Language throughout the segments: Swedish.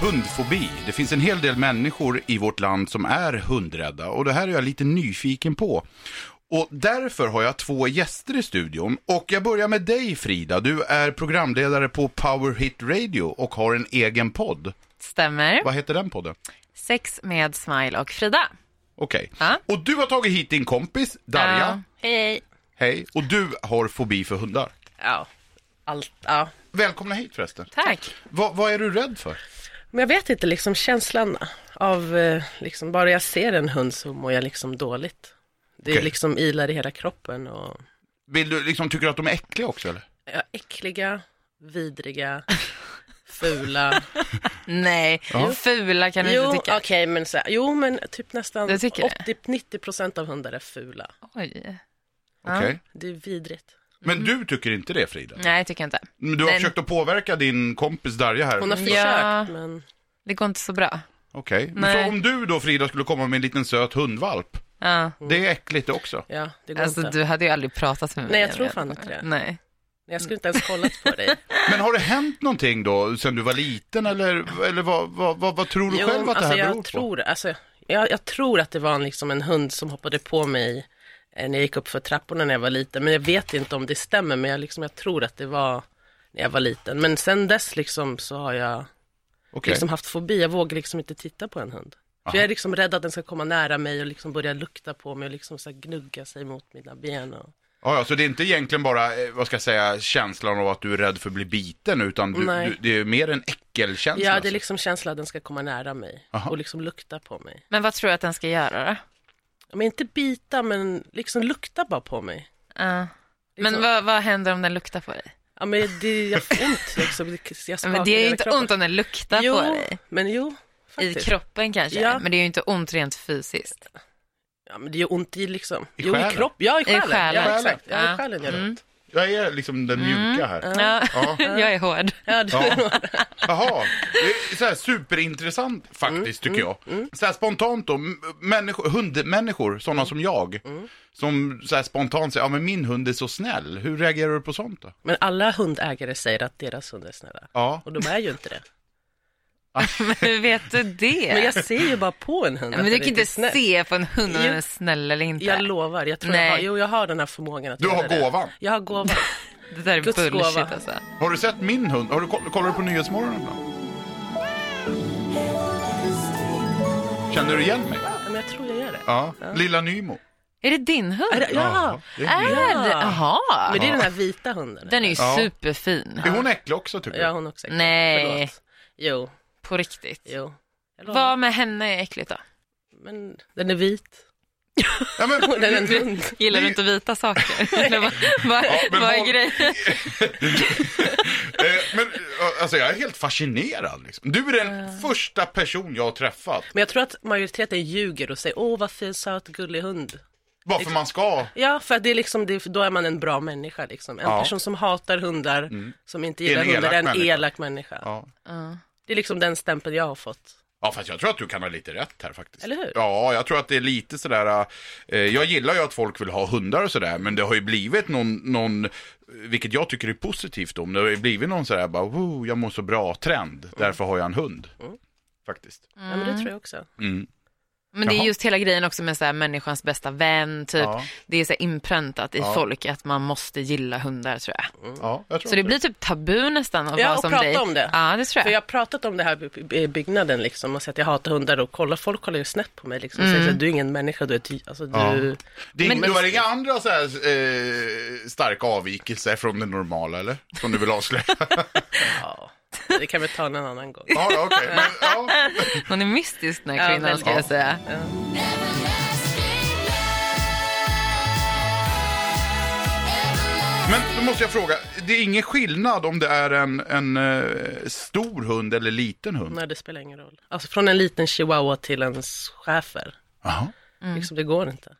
Hundfobi. Det finns en hel del människor i vårt land som är hundrädda och det här är jag lite nyfiken på. Och därför har jag två gäster i studion och jag börjar med dig Frida. Du är programledare på Power Hit Radio och har en egen podd. Stämmer. Vad heter den podden? Sex med Smile och Frida. Okej. Ja. Och du har tagit hit din kompis Darja. Ja. Hej, hej. Hej. Och du har fobi för hundar. Ja. Allt, ja. Välkomna hit förresten. Tack. Va, vad är du rädd för? Men jag vet inte, liksom känslan av, eh, liksom, bara jag ser en hund så mår jag liksom dåligt. Det Okej. är liksom ilar i hela kroppen och Vill du liksom, tycker du att de är äckliga också eller? ja, äckliga, vidriga, fula. Nej, Ja. fula kan du jo, inte okej, tycka. men så här, jo, men typ nästan Du tycker det? 80-90% av hundar är fula. Oj. Okej. Det är vidrigt. Mm. Men du tycker inte det Frida? Nej, jag tycker jag inte. Men du har Men- försökt att påverka din kompis Darja här. Hon har Ja. försökt, men Det går inte så bra. Okej. Men Nej. Så om du då Frida skulle komma med en liten söt hundvalp, Ja. det är äckligt det också. ja, det går Alltså, inte. du hade ju aldrig pratat med mig. Nej, jag om tror hade fan kommit. inte det. Nej. Jag skulle inte ens kollat på dig. Men har det hänt någonting då sen du var liten eller, eller vad, vad, vad, vad tror du själv att det alltså här jag beror på? tror, alltså, jag, jag tror att det var en, liksom en hund som hoppade på mig eh, när jag gick upp för trapporna när jag var liten. Men jag vet inte om det stämmer, men jag, liksom, jag tror att det var när jag var liten. Men sen dess liksom, så har jag Okej. liksom, haft fobi. Jag vågar liksom inte titta på en hund. Aha. För jag är liksom rädd att den ska komma nära mig och liksom börja lukta på mig och liksom så här gnugga sig mot mina ben. Och... Ja, ja, så det är inte egentligen bara, eh, vad ska jag säga, känslan av att du är rädd för att bli biten utan du, Nej. du, det är mer en äckelkänsla? Ja, det alltså. är liksom känslan att den ska komma nära mig Aha. och liksom lukta på mig. Men vad tror du att den ska göra då? Men inte bita, men liksom lukta bara på mig. Ja. Men Liksom- vad, vad händer om den luktar på dig? Ja men det, jag får ont liksom. Det- Jag Men det är ju hela inte kroppen. ont om den luktar jo, på dig. men jo. I Faktiskt. kroppen kanske, Ja. men det är ju inte ont rent fysiskt. Ja men det gör ont i liksom. I jo själen. i kropp. Ja i själen. själen. Ja exakt. Ja, Ja. i själen gör det Mm. ont. Jag är liksom den Mm, mjuka här. Ja. Ja. jag är hård. Ja, det Ja. Jaha, det är så här superintressant faktiskt tycker Mm, jag. Så här spontant då, m- människor, hundmänniskor, sådana som jag, Mm. som så här spontant säger, ja men min hund är så snäll, hur reagerar du på sånt då? Men alla hundägare säger att deras hundar är snälla. Ja, Och de är ju inte det. Men hur vet du det? Men jag ser ju bara på en hund Ja, men att du den kan inte är snäll. se på en hund om Jo. den är snäll eller inte. Jag lovar, jag tror Nej. jag har, jo jag har den här förmågan att Du har göra det. gåvan. Jag har gåvan. det där är Guds bullshit gåva. alltså. har du sett min hund? Har du, koll- kollar du på Nyhetsmorgon ibland? Känner du igen mig? Ja, men jag tror jag gör det. Ja, Lilla Nymo. Är det din hund? Är det- Ja. Äh. det är min. Är det? Ja. Jaha. Men det är den här vita hunden. Den är ju Ja. superfin. Är hon äcklig också tycker Ja du? hon också. är- Nej. Förlåt. Jo, På riktigt. jo. Jag lovar. Vad med henne är äckligt då? Men den är vit. Ja, men, Den är en hund. Gillar Det- du inte vita saker? Eller vad, vad, Ja, men vad är håll- grejen? eh, men eh, alltså jag är helt fascinerad liksom. Du är den första person jag har träffat Men jag tror att majoriteten ljuger och säger åh vad fin, söt, gullig hund. Bara för man ska. Ja, för att det är liksom, det, då är man en bra människa liksom. En Ja. Mm. person som hatar hundar, som inte gillar en hundar, elak är en människa. elak människa. Ja. Det är liksom den stämpeln jag har fått. ja, fast jag tror att du kan ha lite rätt här faktiskt. Eller hur? Ja, jag tror att det är lite sådär, eh, jag gillar ju att folk vill ha hundar och sådär, men det har ju blivit någon, någon vilket jag tycker är positivt om, det har ju blivit någon sådär bara, wow, jag mår så bra-trend, därför har jag en hund. Faktiskt. Ja, men det tror jag också. Men det är Jaha. just hela grejen också med så här människans bästa vän, typ. Ja. Det är så här inpräntat i Ja. folk att man måste gilla hundar tror jag. Ja, jag tror Så det blir typ tabu nästan att Mm. Ja, vara och som prata dig. om det. Ja, det tror För jag. jag har pratat om det här i- i byggnaden liksom, och sagt att jag hatar hundar och kollar, folk kollar ju snett på mig liksom. och Säger så här, Mm. du är ingen människa, du är ett, dj- alltså du... Det är Men- ing- du har inga andra så här, eh, starka avvikelser från det normala eller? Som du vill avslöja? Ja. Det kan vi ta en annan gång. ja, ja, okej. Men, ja. Hon är mystisk den Ja, här kvinnan väldigt. ska jag säga. Everlasting love. Men då måste jag fråga, det är ingen skillnad om det är en, en eh, stor hund eller liten hund? Nej, det spelar ingen roll. Alltså från en liten chihuahua till en schäfer. Aha. Liksom, det går inte.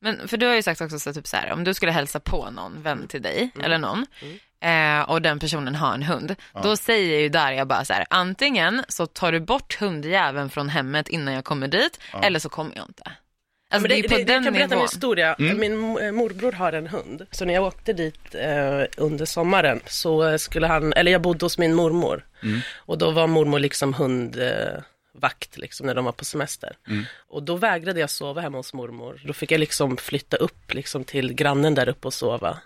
Men för du har ju sagt också så typ så här, om du skulle hälsa på någon vän till dig eller någon eh, och den personen har en hund, då säger ju Darja bara så här, antingen så tar du bort hundjäveln från hemmet innan jag kommer dit eller så kommer jag inte. Alltså Men det, är ju på det, den jag kan berätta en nivån. historia. Min mo- eh, morbror har en hund. Så när jag åkte dit eh, under sommaren så eh, skulle han, eller jag bodde hos min mormor. Och då var mormor liksom hundvakt eh, vakt liksom när de var på semester. Och då vägrade jag sova hemma hos mormor. Då fick jag liksom flytta upp liksom till grannen där uppe och sova.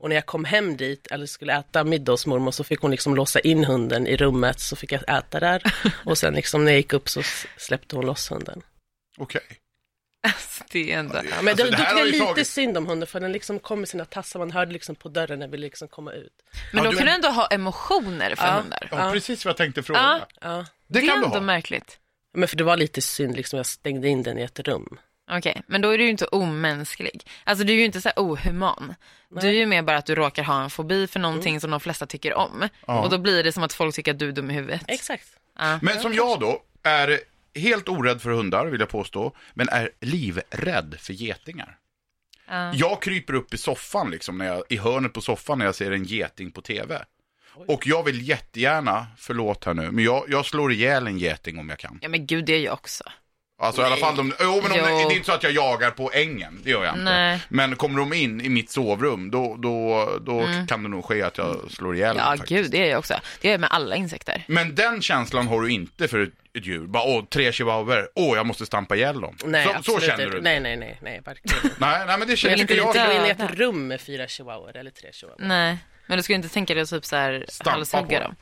Och när jag kom hem dit eller skulle äta middag hos mormor så fick hon liksom låsa in hunden i rummet så fick jag äta där. Och sen liksom när jag gick upp så s- släppte hon loss hunden. Okej. Alltså, det är ändå... Ja, men Alltså, då, det då här tycker har jag ju lite tagit- synd om hunden för den liksom kom med sina tassar, man hörde liksom på dörren när vi liksom komma ut. Men Ja, då du- kan du ändå ha emotioner för Ja. hundar. Ja, precis vad jag tänkte fråga. Ja. Ja. Det är kan du ändå ha. märkligt. Men för det var lite synd liksom, jag stängde in den i ett rum. Okej, men då är du ju inte omänsklig. Alltså du är ju inte så här ohuman. Du är ju mer bara att du råkar ha en fobi för någonting som de flesta tycker om. Ja. Och då blir det som att folk tycker att du är dum i huvudet. Exakt. Ja. Men som jag då, är helt orädd för hundar vill jag påstå, men är livrädd för getingar. Ja. Jag kryper upp i soffan liksom, när jag, i hörnet på soffan när jag ser en geting på tv. Och jag vill jättegärna, förlåt här nu, men jag, jag slår ihjäl en geting om jag kan. Ja men gud det är jag också. Alltså i alla fall de, jo, men om Jo. det, det är inte så att jag jagar på ängen, det gör jag inte. Nej. Men kommer de in i mitt sovrum, då, då, då kan det nog ske att jag slår ihjäl Mm. Ja dem faktiskt. gud det är jag också. Det är jag med alla insekter. Men den känslan har du inte för ett, ett djur. Bara, åh, tre chihuahor, åh, jag måste stampa ihjäl dem. Nej, så, så absolut känner inte. du? Nej, nej, nej, nej, verkligen inte. Nej, nej, men det Men känner jag inte tycker jag. inte- Gå in i Ja. ett rum med fyra chihuahuor eller tre chihuahuor. Nej. Men du skulle inte tänka dig att typ så här Stampa halshugga på. dem.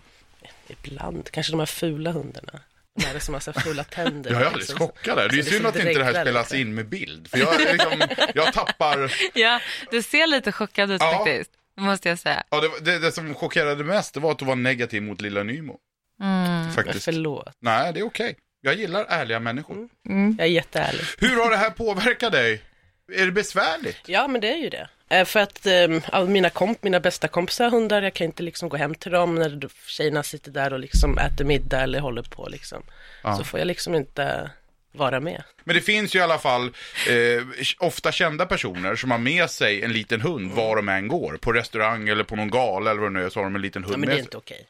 Ibland, kanske de här fula hundarna. De här som har så här fula tänder. Jag är alldeles chockad. där. Det är Alltså, det är synd så att inte det här dräglar, spelas liksom. in med bild. För jag, är liksom, jag tappar... Ja, du ser lite chockad ut Ja. faktiskt. Det måste jag säga. Ja, det, var- det, det som chockerade mest det var att du var negativ mot Lilla Nymo. Mm. Men Mm. Faktiskt. förlåt, Nej, det är okej. Jag gillar ärliga människor. jag är jätteärlig. Hur har det här påverkat dig? Är det besvärligt? Ja, men det är ju det. Eh, För att ehm, all mina, komp mina bästa kompisar har hundar, jag kan inte liksom gå hem till dem när d- tjejerna sitter där och liksom äter middag eller håller på liksom. Så får jag liksom inte vara med. Men det finns ju i alla fall eh, ofta kända personer som har med sig en liten hund Mm. var de än går. På restaurang eller på någon gala eller vad det nu är så har de en liten hund Ja, men med det är sig. inte okej.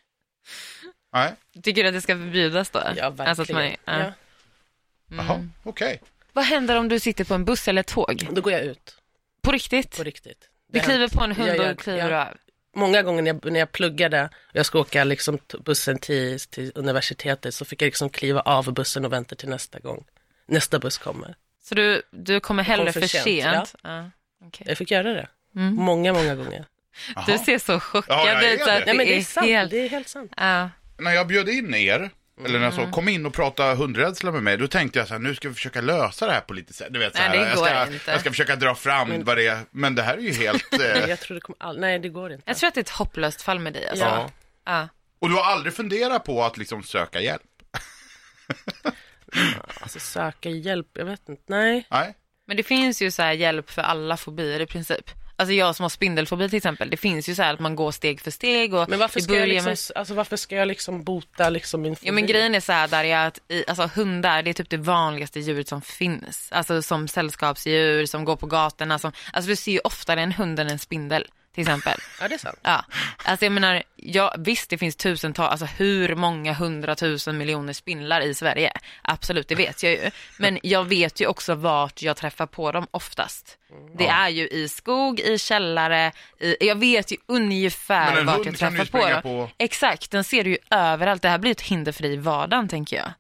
Nej, Tycker du att det ska förbjudas då? Ja, verkligen. Alltså att man, ja. ja. Mm. jaha, okej. Vad händer om du sitter på en buss eller ett tåg? Då går jag ut, På riktigt? på riktigt. Du Det har kliver hänt. på en hund Jag gör- och kliver ja. av. Många gånger när jag, när jag pluggade och jag skulle åka liksom t- bussen till, till universitetet så fick jag liksom kliva av bussen och vänta till nästa gång. Nästa buss kommer. Så du, du kommer hellre för för sent? sent, Ja. okej. Jag fick göra det. Mm. Många, många gånger. Jaha. Du ser så chockad Ja, jag är ut. så det. att Nej men det är sant, helt- det är helt sant. Ja. När jag bjöd in er, eller när jag Mm. så, kom in och prata hundrädsla med mig, då tänkte jag så här, nu ska vi försöka lösa det här på lite sätt. Du vet, så Nej, här, det jag, går ska, inte. Mm. jag ska försöka dra fram vad det är, men det här är ju helt... Nej, Eh, Jag tror det kommer all... Nej, det går inte. Jag tror att det är ett hopplöst fall med dig. Alltså. ja. Ja. Ja. Och du har aldrig funderat på att liksom söka hjälp? Alltså söka hjälp, jag vet inte. Nej. Nej? Men det finns ju så här hjälp för alla fobier i princip. Alltså jag som har spindelfobi till exempel, det finns ju så här att man går steg för steg och Men varför i ska, jag början- liksom, alltså, varför ska jag liksom bota liksom min fobi? Ja men grejen är så här Darja, att i, alltså, hundar det är typ det vanligaste djuret som finns. Alltså som sällskapsdjur, som går på gatorna. Som, alltså du ser ju oftare en hund än en spindel till exempel. Ja, det är sant. Ja. Alltså jag menar, ja, visst det finns tusentals, alltså hur många hundratusen miljoner spindlar i Sverige? Absolut, det vet jag ju. Men jag vet ju också vart jag träffar på dem oftast. Det är ju i skog, i källare, i, jag vet ju Men ungefär en vart hund jag kan du träffar ju på springa dem. på. Exakt, den ser du ju överallt. Det här blir ju ett hinder för dig i vardagen tänker jag.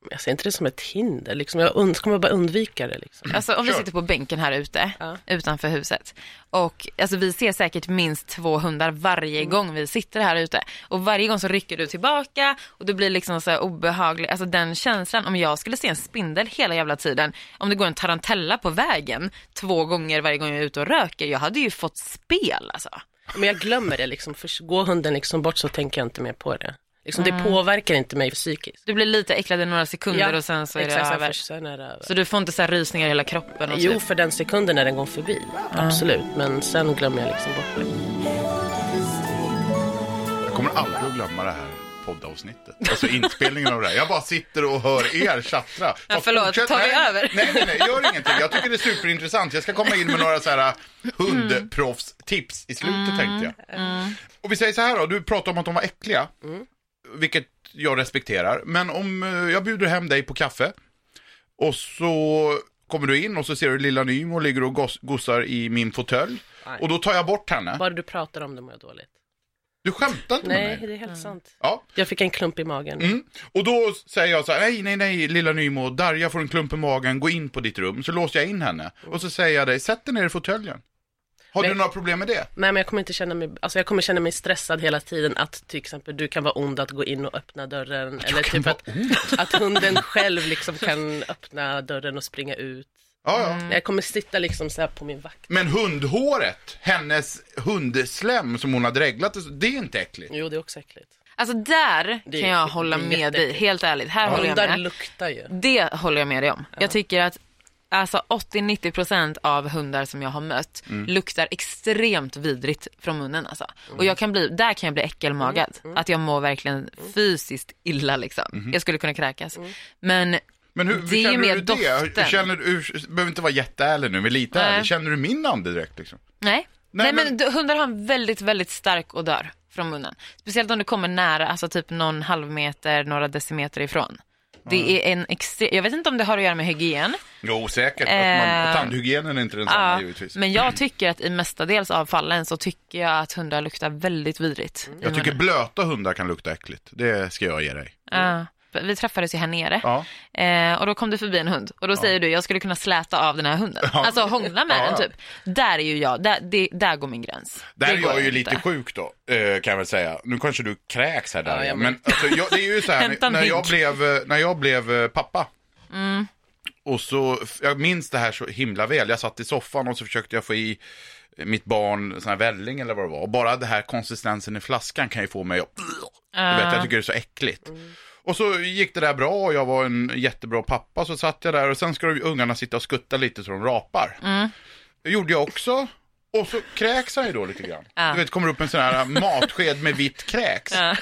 Men Jag ser inte det som ett hinder, liksom. jag und- kommer bara undvika det. Liksom. Alltså om vi Kör. sitter på bänken här ute Ja. utanför huset och alltså, vi ser säkert minst två hundar varje Mm. gång vi sitter här ute och varje gång så rycker du tillbaka och du blir liksom så här obehaglig, alltså den känslan om jag skulle se en spindel hela jävla tiden, om det går en tarantella på vägen två gånger varje gång jag är ute och röker, jag hade ju fått spel alltså. Men jag glömmer det, liksom. Först går hunden liksom bort så tänker jag inte mer på det. Liksom, Det påverkar inte mig psykiskt. Du blir lite äcklad i några sekunder och sen så Mm. är exakt, det så över. först, sen är det över. Så du får inte så här rysningar i hela kroppen och Jo, typ. för den sekunden när den går förbi. Absolut. Men sen glömmer jag liksom bort det. Jag kommer aldrig att glömma det här poddavsnittet. Alltså inspelningen av det här. Jag bara sitter och hör er tjattra. Ja, Och förlåt. fortsätt- Tar vi nej, över? Nej, nej, nej, gör ingenting. Jag tycker det är superintressant. Jag ska komma in med några så här eh, Mm. hundproffstips i slutet tänkte jag. Och vi säger så här då, du pratade om att de var äckliga. Mm. Vilket jag respekterar. Men om eh, jag bjuder hem dig på kaffe. Och så kommer du in och så ser du lilla Nemo ligger och gos- gossar i min fåtölj. Aj. Och då tar jag bort henne. Bara du pratar om det mår jag dåligt. Du skämtar inte Nej, med mig? det är helt sant. Ja. Jag fick en klump i magen. Mm. Och då säger jag så här, nej, nej, nej, lilla Nymo, Darja får en klump i magen, gå in på ditt rum. Så låser jag in henne. Och så säger jag dig, sätt dig ner i fåtöljen. Har du Men- några problem med det? Nej men jag kommer inte känna mig, alltså jag kommer känna mig stressad hela tiden att till exempel du kan vara ond att gå in och öppna dörren. Eller kan typ att, att hunden själv liksom kan öppna dörren och springa ut. Ja, ja. Mm. Nej, Jag kommer sitta liksom så här på min vakt. Men hundhåret, hennes hundslem som hon har dreglat, det är inte äckligt. Jo det är också äckligt. Alltså där Det är- kan jag hålla det är med dig, jätteäckligt. helt ärligt. Här håller jag Hundar med. luktar ju. Det håller jag med dig om. Jag tycker att alltså 80-90% av hundar som jag har mött luktar extremt vidrigt från munnen. Alltså. Och jag kan bli, där kan jag bli äckelmagad. Att jag mår verkligen fysiskt illa. Liksom. Jag skulle kunna kräkas. Men Men hur, Det är känner mer du doften. det? Känner du, ur- behöver inte vara jätteärlig nu, men lite Nej. ärlig. Känner du min andedräkt liksom? nej, Nej, nej, men... men- du- hundar har en väldigt, väldigt stark odör från munnen. Speciellt om du kommer nära, alltså typ någon halvmeter, några decimeter ifrån. Det är en extre- jag vet inte om det har att göra med hygien. Jo, säkert. Att man, Eh, och tandhygienen är inte densamma Ja, givetvis. men jag tycker att i mestadels av fallen så tycker jag att hundar luktar väldigt vidrigt. i Jag tycker munnen. blöta hundar kan lukta äckligt. Det ska jag ge dig. Ja. Vi träffades ju här nere Ja. eh, och då kom det förbi en hund och då säger du jag skulle kunna släta av den här hunden. Ja. Alltså hångla med Ja, den ja. typ. Där är ju jag, där, det, där går min gräns. Där Det är går jag ju lite inte. sjuk då, eh, kan jag väl säga. Nu kanske du kräks här där, Ja, jag men alltså, jag, det är ju så här, Hämta en Mm. när jag hink. blev, eh, när jag blev eh, pappa, och så, jag minns det här så himla väl, jag satt i soffan och så försökte jag få i eh, mitt barn sån här välling eller vad det var, och bara det här konsistensen i flaskan kan ju få mig att, du Ah. vet, jag tycker det är så äckligt. Mm. Och så gick det där bra och jag var en jättebra pappa, så satt jag där och sen ska ju ungarna sitta och skutta lite så de rapar. Det gjorde jag också. Och så kräks han ju då lite grann. Ja. Du vet, kommer upp en sån här matsked med vitt kräks. Ja.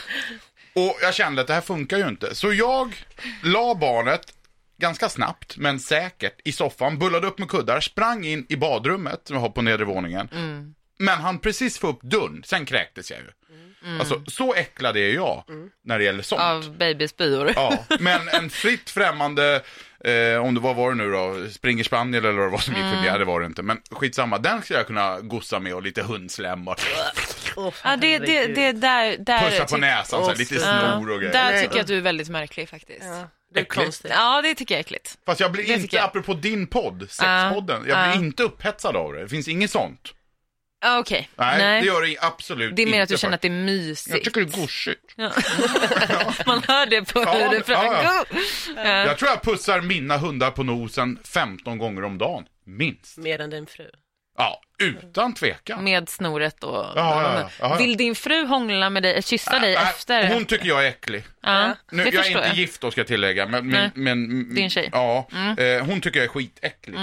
Och jag kände att det här funkar ju inte. Så jag la barnet ganska snabbt, men säkert, i soffan, bullade upp med kuddar, sprang in i badrummet som jag har på nedre våningen. Mm. Men han precis få upp dörren, sen kräktes jag ju. Alltså, så äcklad är jag när det gäller sånt. Mm. Av babyspyor. Ja, men en fritt främmande, eh, om det var, var det nu då, springer spaniel eller vad som gick Mm. förbi, ja, det var det inte. Men skitsamma, den skulle jag kunna gossa med och lite hundslem och Åh, Ja, det, det, herregud. det är där, där pussa på tyck- näsan, så här, lite Ja, snor och grejer. Där tycker jag att du är väldigt märklig faktiskt. Ja, Ja, det är Äckligt. konstigt. det tycker jag är äckligt. Fast jag blir det tycker inte, jag. apropå din podd, sexpodden, jag blir Ja. inte upphetsad av det. Det finns inget sånt. Ja, Okej, Nej, det gör det absolut det är mer att inte du känner att det är faktiskt. Jag mysigt. tycker det är gosigt. Ja. Man hör det på hur det ja, framgår. Ja. Jag tror jag pussar mina hundar på nosen 15 gånger om dagen, minst. Mer än din fru. Ja, utan tvekan. Med snoret och... ja, ja, ja, ja. Vill din fru hångla med dig, eh, kyssa dig Äh, efter? Hon tycker jag är äcklig. ja, Nu, det jag är förstår inte jag. gift då ska jag tillägga, men, Nej. men, men mm, Din tjej. Mm. Ja, eh, hon tycker jag är skitäcklig. tycker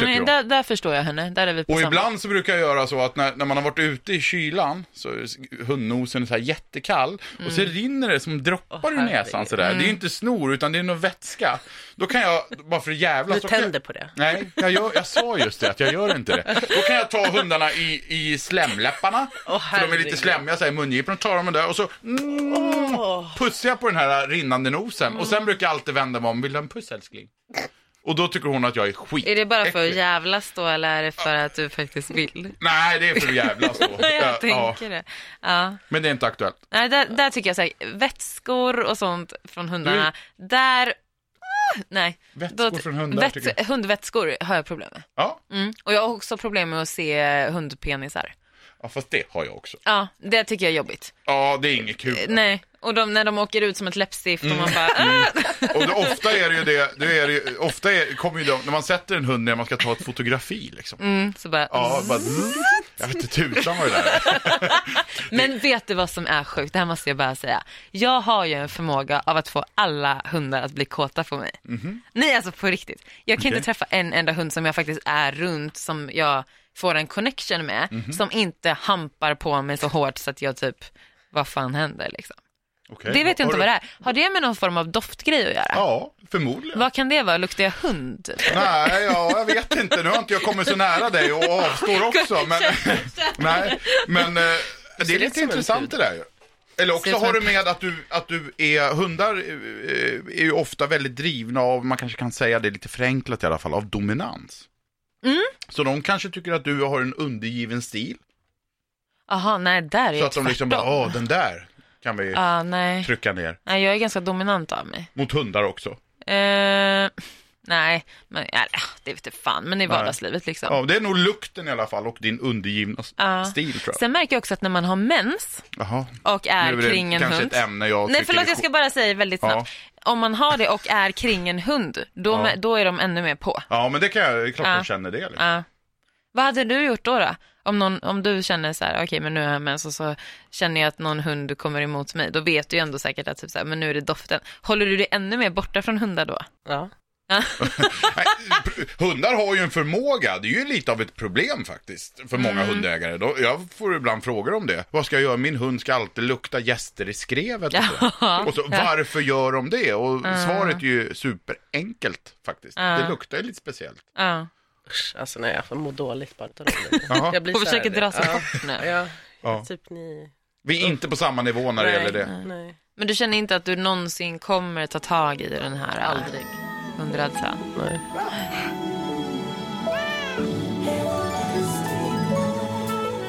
Nej, hon. Mm, där, där förstår jag henne, där är vi på Och samma. ibland så brukar jag göra så att när, när man har varit ute i kylan så är s- hundnosen är så här jättekall och så Mm. rinner det som droppar ur herregud. näsan sådär. Det är ju inte snor utan det är någon vätska. Då kan jag, bara för att jävlas. Du då kan jag- tänder på det. Nej, jag, gör, jag sa just det, att jag gör inte det. Då kan jag ta hundarna i, i slemläpparna, Åh, för de är lite herregud. slemmiga så här i mungiporna, tar de den där och så mm, pussar jag på den här rinnande nosen. Och sen brukar jag alltid vända mig om, vill du ha en puss älskling? Och då tycker hon att jag är skit. Är det bara för att jävlas då eller är det för att du faktiskt vill? Nej, det är för att jävlas då. jag Ja, ja. tänker det. Ja. Men det är inte aktuellt. Nej, där, där tycker jag så här, vätskor och sånt från hundarna, där... Ah, nej. Vätskor från hundar, tycker Hundvätskor har jag problem med. Ja. Mm. Och jag har också problem med att se hundpenisar. ja, fast det har jag också. Ja, det tycker jag är jobbigt. Ja, det är inget kul. Eh, Nej, Och de, när de åker ut som ett läppstift och man Mm. bara... "Ah!" Och det, ofta är det ju det, det är det, ju- ofta är, kommer ju de, när man sätter en hund när man ska ta ett fotografi liksom. Mm, så bara, Ja, bara, zzz. jag vet inte tusan vad det där är. Men vet du vad som är sjukt? Det här måste jag bara säga. Jag har ju en förmåga av att få alla hundar att bli kåta på mig. Nej, alltså på riktigt. Jag Mhm. kan Okej. inte träffa en enda hund som jag faktiskt är runt, som jag får en connection med, Mhm. som inte hampar på mig så hårt så att jag typ, vad fan händer liksom? Okej. Det vet jag Har inte du- vad det är. Har det med någon form av doftgrej att göra? Ja, förmodligen. Vad kan det vara? Luktar jag hund? typ? Nej, ja, jag vet inte. Nu har inte jag kommit så nära dig och avstår också. Men, nej, men eh, det är ut lite som en intressant det där ju. Eller Ser också ut som har du en- med att du, att du är, hundar eh, är ju ofta väldigt drivna av, man kanske kan säga det lite förenklat i alla fall, av dominans. Mm. Så de kanske tycker att du har en undergiven stil. Jaha, nej, där är Så jag att de liksom bara, tvärtom. ja den där kan vi Ah, nej. trycka ner. nej, jag är ganska dominant av mig. Mot hundar också. Eh, nej, men ja, det vet jag fan, men i vardagslivet liksom. Ja, det är nog lukten i alla fall och din undergivna s- Ja. stil tror jag. Sen märker jag också att när man har mens Jaha. och är, det kring en kanske hund. ett ämne jag Nej tycker förlåt, är jag ska bara säga väldigt Ja. snabbt. Om man har det och är kring en hund, då, Ja. mä- då är de ännu mer på. Ja, men det kan jag, det är klart Ja. de känner det. Liksom. Ja. Vad hade du gjort då? då? Om, någon, om du känner så här, okej men nu är jag mens och så känner jag att någon hund kommer emot mig, då vet du ju ändå säkert att typ så här, men nu är det doften. Håller du dig ännu mer borta från hundar då? Ja. Nej, pr- hundar har ju en förmåga, det är ju lite av ett problem faktiskt för Mm. många hundägare. Då, jag får ibland frågor om det. Vad ska jag göra? Min hund ska alltid lukta gäster i skrevet. Och, så. Ja. och så, varför gör de det? Och svaret är ju superenkelt faktiskt. Det luktar ju lite speciellt. Ja. Usch, alltså nej, jag får må dåligt bara utav det. Jag blir Och så försöker här- dra sig ja. bort nu. Ja, Ja. typ ni... Vi är inte på samma nivå när det gäller det. Nej. Men du känner inte att du någonsin kommer ta tag i den här? Aldrig. Hundradsa. nej.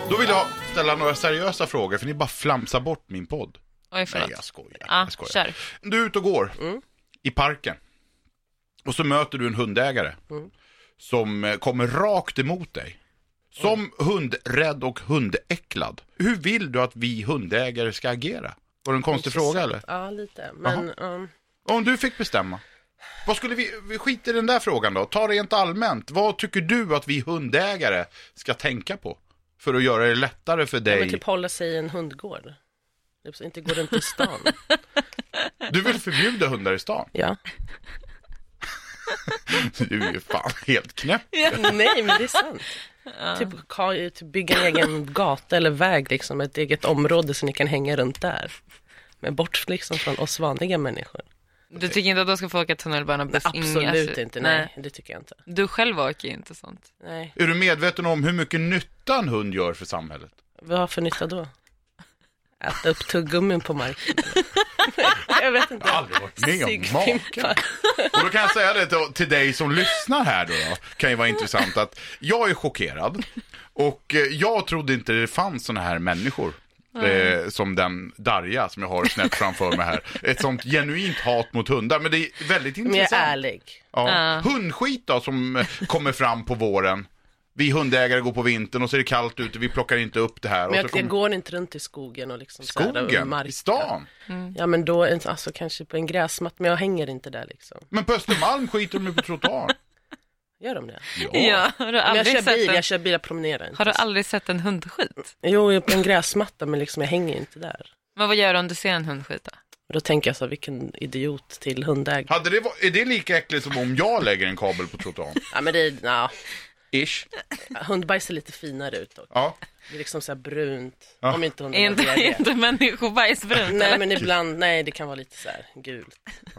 Då vill jag ställa några seriösa frågor, för ni bara flamsar bort min podd. Oj, Nej, förlåt. jag skojar. Ja, jag skojar. kör. Du är ute och går Mm. i parken och så möter du en hundägare Mm. som eh, kommer rakt emot dig. Som hundrädd och hundäcklad. Hur vill du att vi hundägare ska agera? Var det en konstig fråga eller? Ja, lite. Men um, Om du fick bestämma. Vad skulle vi, vi skiter i den där frågan då, ta rent allmänt. Vad tycker du att vi hundägare ska tänka på? För att göra det lättare för ja, men dig. typ hålla sig i en hundgård. Typ så inte gå runt i stan. Du vill förbjuda hundar i stan. ja. Du är ju fan helt knäpp. Nej, men det är sant. Typ, ka- typ bygga en egen gata eller väg, liksom, ett eget område så ni kan hänga runt där. Men bort liksom från oss vanliga människor. Du tycker inte att de ska få åka tunnelbana och buss? Absolut Inga- inte, nej. Det tycker jag inte. Du själv åker ju inte sånt. Nej. Är du medveten om hur mycket nytta en hund gör för samhället? Vad har för nytta då? Äta upp tuggummin på marken? eller? jag vet inte. Jag har aldrig varit med om maken. Sigfimpar. Och då kan jag säga det till, till dig som lyssnar här då, då, kan ju vara intressant att jag är chockerad och eh, jag trodde inte det fanns sådana här människor. Eh, som den Darja som jag har snett framför mig här. Ett sånt genuint hat mot hundar, men det är väldigt Men jag intressant. är ärlig. Ja. Hundskit då som eh, kommer fram på våren. Vi hundägare går på vintern och så är det kallt ute, vi plockar inte upp det här. Och Men så jag, kommer... jag går inte runt i skogen och liksom så här, och Skogen? marken. I stan? Ja men då, alltså kanske på en gräsmatta, men jag hänger inte där liksom. Men på Östermalm skiter de ju på trottoaren. Gör de det? Ja, har du Men jag aldrig, kör sett, bil, en, jag kör bil, jag promenerar inte. har du aldrig sett en hundskit? Jo, jag är på en gräsmatta men liksom jag hänger inte där. Men vad gör du om du ser en hundskit då? Och Då tänker jag så här, vilken idiot till hundägare. Hade det va- är det lika äckligt som om jag lägger en kabel på trottoaren? Ja men det är, ja, Ish. hundbajs ser lite finare ut dock. Ja. Det är liksom så här brunt. Ja. Om inte Är hunden inte, har är diarré. inte människobajs brunt Nej eller? men ibland, nej det kan vara lite så här gult,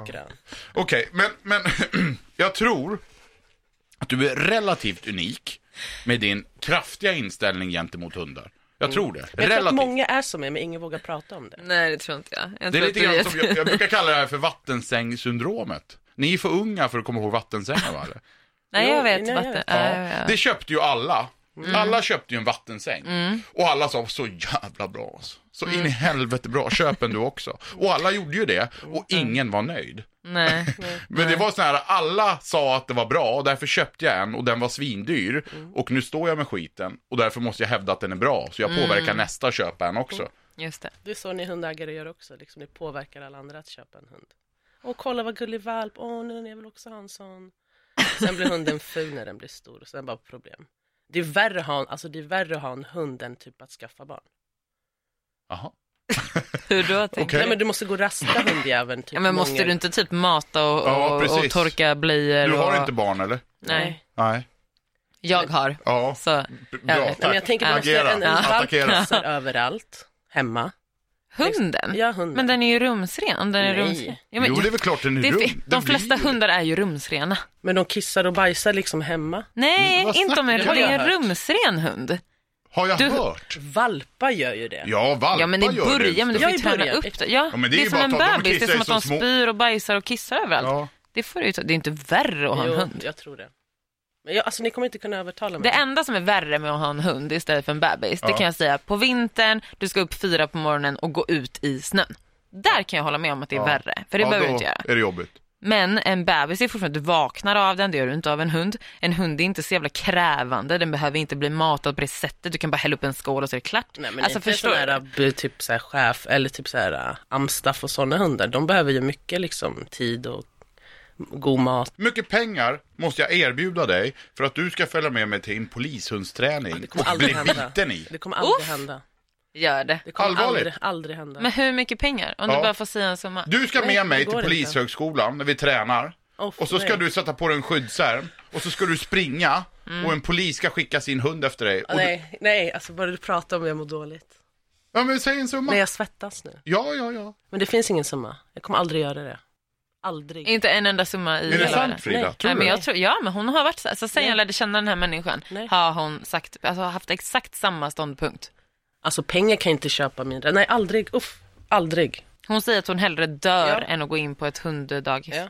grönt. Okej, men, men jag tror att du är relativt unik med din kraftiga inställning gentemot hundar. Jag tror det. Men jag tror att Relativt. många är som är men ingen vågar prata om det. Nej, det tror inte jag. jag Det är lite tror att du grann som, jag, jag brukar kalla det här för vattensängssyndromet. Ni är för unga för att komma ihåg vattensängar va? eller? Nej, jag Jo, vet. nej, jag vatten. vet. Ja, ja, Mm. ja. Det köpte ju alla. Alla köpte ju en vattensäng. Mm. Och alla sa så jävla bra. alltså. Så in i helvete bra, köp en du också. Och alla gjorde ju det och ingen var nöjd. Mm. Nej. Men det var så här, alla sa att det var bra och därför köpte jag en och den var Mm. Mm. svindyr. Och nu står jag med skiten och därför måste jag hävda att den är bra. Så jag påverkar nästa att köpa en också. Just det. Det är så ni hundägare gör också, liksom, ni påverkar alla andra att köpa en hund. Och kolla vad gullig valp, åh nu jag vill också ha en sån. Sen blir hunden ful när den blir stor och sen bara problem. Det är värre att ha en, alltså, det är värre att ha en hund än typ att skaffa barn. Jaha. Hur då? tänker Okej. du? Nej men du måste gå och rasta hundjäveln typ Ja, men måste många- du inte typ mata och, Ja, och, och precis. torka blöjor? Du har och... inte barn eller? Nej, Nej. jag har. Ja, Så b- bra. vet. Tack. Nej, men jag tänker man måste Agera. en, en valp Attackera. passar överallt, hemma. hunden? Ja, hunden. Men den är ju rumsren. Den är Nej. rumsren. Ja, men, Jo, det är väl klart den är det är- rum. de Den flesta blir- hundar är ju rumsrena. Men de kissar och bajsar liksom hemma. Nej, Men Mm, vad inte om en, snackar det du? är Jag en har hört. rumsren hund. Har jag Du- hört? Valpar gör ju det. Ja, valpar Ja, men i gör det. början. Men du Ja, får ju i träna början. upp det. Ja, Ja, men det, det är är ju som bara en att de- de bebis. Det är kissar som ju att så de små. spyr och bajsar och kissar överallt. Ja. Det, får du ju ta. det är inte värre att ha en Jo, hund. Jag tror det. Men jag, alltså ni kommer inte kunna övertala mig. Det enda som är värre med att ha en hund istället för en bebis, det Ja. kan jag säga, på vintern, du ska upp fyra på morgonen och gå ut i snön. Där kan jag hålla med om att det är Ja. värre, för det ja, behöver då du inte göra. är det jobbigt. Men en bebis är fortfarande, du vaknar av den, det gör du inte av en hund. En hund är inte så jävla krävande, den behöver inte bli matad på det sättet, du kan bara hälla upp en skål och så är det klart. Nej men alltså inte förstår sådana här, du? bu- typ så här chef eller typ så här äh, amstaff och sådana hundar. De behöver ju mycket liksom tid och god mat. Hur mycket pengar måste jag erbjuda dig för att du ska följa med mig till en polishundsträning Det kommer och aldrig bli hända. biten i? Det kommer aldrig Uff! hända. Gör det. Det kommer Allvarligt? aldrig, aldrig hända. Men hur mycket pengar? Om du Ja. bara får säga en summa. Du ska Nej, med det mig till går inte. polishögskolan när vi tränar. Åh, Och så ska nej. du sätta på dig en skyddsärm och så ska du springa Mm. och en polis ska skicka sin hund efter dig. Ah, Och du... nej, nej, alltså bara du pratar om det jag mår dåligt. Ja men säg en summa. Nej jag svettas nu. Ja, ja, ja. Men det finns ingen summa. Jag kommer aldrig göra det. Aldrig. Inte en enda summa i Är det hela sant världen. Frida? Nej. Tror Nej, du det? men jag tror, ja, men hon har varit så alltså, sen jag lärde känna den här människan Nej. har hon sagt, alltså, haft exakt samma ståndpunkt. Alltså pengar kan inte köpa mindre. Nej aldrig, uff, aldrig. Hon säger att hon hellre dör Ja. än att gå in på ett hunddagis. Ja.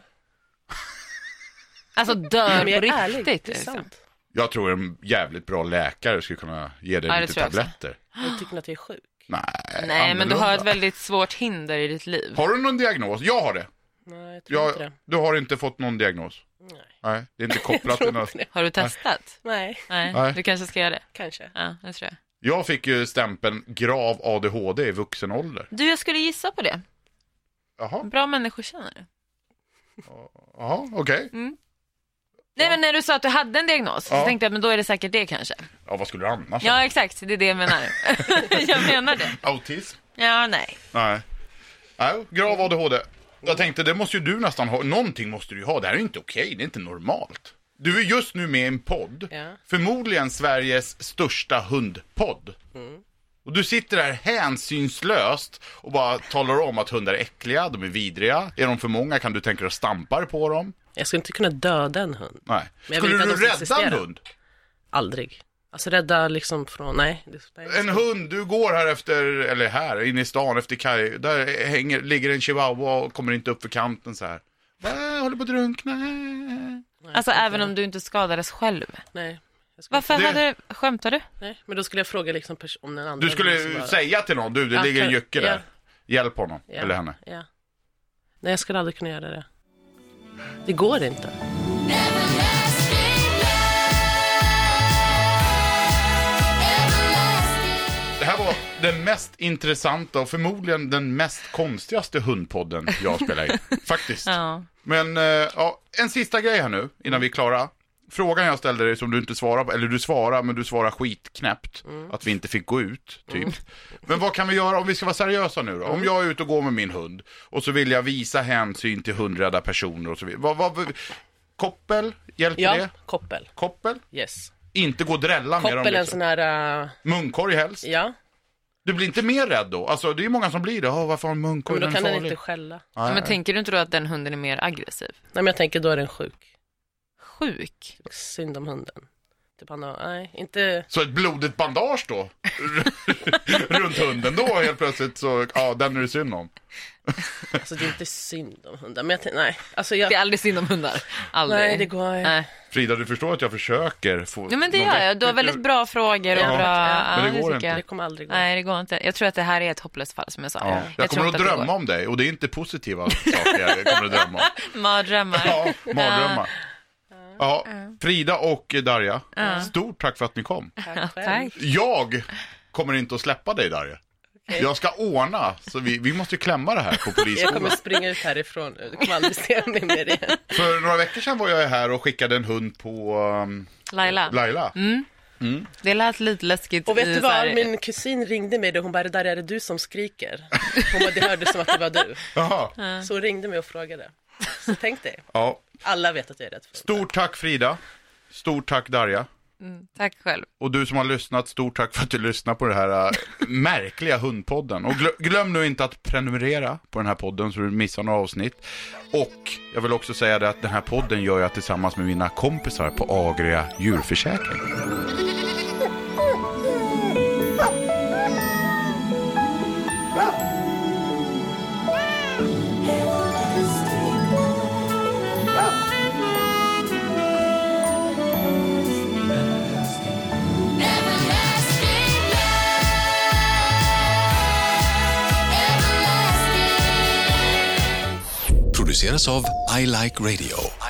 Alltså dör Men jag på är ärlig, riktigt. det är liksom. sant. Jag tror en jävligt bra läkare skulle kunna ge dig Ja, det lite tror jag också. tabletter. Jag tycker att jag är sjuk. Nej, Nej, men du har annorlunda. ett väldigt svårt hinder i ditt liv. Har du någon diagnos? Jag har det. Nej jag tror Jag, inte det. du har inte fått någon diagnos? Nej. Nej, det är inte Jag kopplat till tror något. inte det. Har du testat? Nej, Nej. Nej. Du kanske ska göra det? kanske. Ja, det tror jag. Jag fick ju stämpeln grav ADHD i vuxen ålder. Du, jag skulle gissa på det. Jaha, Bra människor känner du. jaha, okej. Mm. Nej, men när du sa att du hade en diagnos så Ja. tänkte jag men då är det säkert det kanske. Ja, vad skulle du annars ha? Ja, exakt. Det är det jag menar. jag menar det. Autism? Ja, nej. Nej. Nej, grav ADHD. Jag tänkte, det måste ju du nästan ha. Någonting måste du ju ha. Det här är inte okej, det är inte normalt. Du är just nu med i en podd. Ja. Förmodligen Sveriges största hundpodd. Och du sitter där hänsynslöst och bara talar om att hundar är äckliga, de är vidriga. Är de för många kan du tänka dig att stampar på dem? Jag skulle inte kunna döda en hund. Nej. Men jag Skulle vet att du de ska rädda en existera. hund? Aldrig. Alltså rädda liksom från, nej. det- nej. En hund, du går här efter, eller här, inne i stan efter kaj, där hänger, ligger en chihuahua och kommer inte upp för kanten så här. Va, håller på att drunkna. Alltså även om du inte skadades själv. Nej. Jag skulle, Varför Det- hade du... Skämtar du? nej. Men då skulle jag fråga liksom pers- om den Du andra hunden skulle som liksom bara- säga till någon, du det Ja, ligger en kan- jycke ja. där. Hjälp honom, Ja, eller henne. Ja. Nej, jag skulle aldrig kunna göra det. Det går inte. Det här var den mest intressanta och förmodligen den mest konstigaste hundpodden jag spelar in. Faktiskt. Ja. Men eh, ja, en sista grej här nu innan vi är klara. Frågan jag ställde dig som du inte svarar på, eller du svarar men du svarar skitknäppt. Mm. Att vi inte fick gå ut, typ. Men vad kan vi göra om vi ska vara seriösa nu då? Mm. Om jag är ute och går med min hund och så vill jag visa hänsyn till hundrädda personer och så vidare. Vad, vad, koppel, hjälper Ja, det? koppel. Koppel? Yes. Inte gå och drälla med dem Koppel är en liksom. sån här, äh, Munkorg helst. ja. Du blir inte mer rädd då? Alltså det är ju många som blir det. Oh, varför har en munkorg? Men då Den är kan den farlig. inte skälla. Nej. Men tänker du inte då att den hunden är mer aggressiv? Nej, men jag tänker då är den sjuk. Sjuk? Synd om hunden. Typ han har, nej, inte. Så ett blodigt bandage då? runt hunden då helt plötsligt så, ja den är det synd om. Alltså det är inte synd om hunden. Men jag tänker, nej. Alltså jag, Det är aldrig synd om hundar. Aldrig. nej det går inte. Nej. Frida du förstår att jag försöker få... Ja, men det någon gör jag. vettig- Du har väldigt bra frågor och Ja, bra... det går ja, men tycker inte. jag. Det kommer aldrig gå. Nej, det går inte. Jag tror att det här är ett hopplöst fall som jag sa. Ja. Jag tror kommer att inte det drömma om dig och det är inte positiva saker jag kommer att drömma om. går. Mardrömmar. Ja, mardrömmar. Ja, Frida och Darja, stort tack för att ni kom. Tack själv. Tack. Jag kommer inte att släppa dig Darja. okej. Jag ska ordna, så vi, vi måste ju klämma det här på Jag kommer polisskolan. springa ut härifrån nu. Du kommer aldrig se mig mer igen. För några veckor sedan var jag här och skickade en hund på um, Laila. Laila. Mm. Det lät lite läskigt. Och vet i du så här- vad, min kusin ringde mig och hon bara, det där är det du som skriker. Hon bara, det hördes som att det var du. Jaha, Så hon ringde mig och frågade. Så tänk dig, ja. alla vet att jag är rädd för hundar. Stort tack Frida. Stort tack Darja. Tack själv. Och du som har lyssnat, stort tack för att du lyssnar på den här äh, märkliga hundpodden. Och glö glöm nu inte att prenumerera på den här podden så du missar några avsnitt. Och jag vill också säga det att den här podden gör jag tillsammans med mina kompisar på Agria djurförsäkring. Everlasting love, everlasting. produceras av I Like Radio.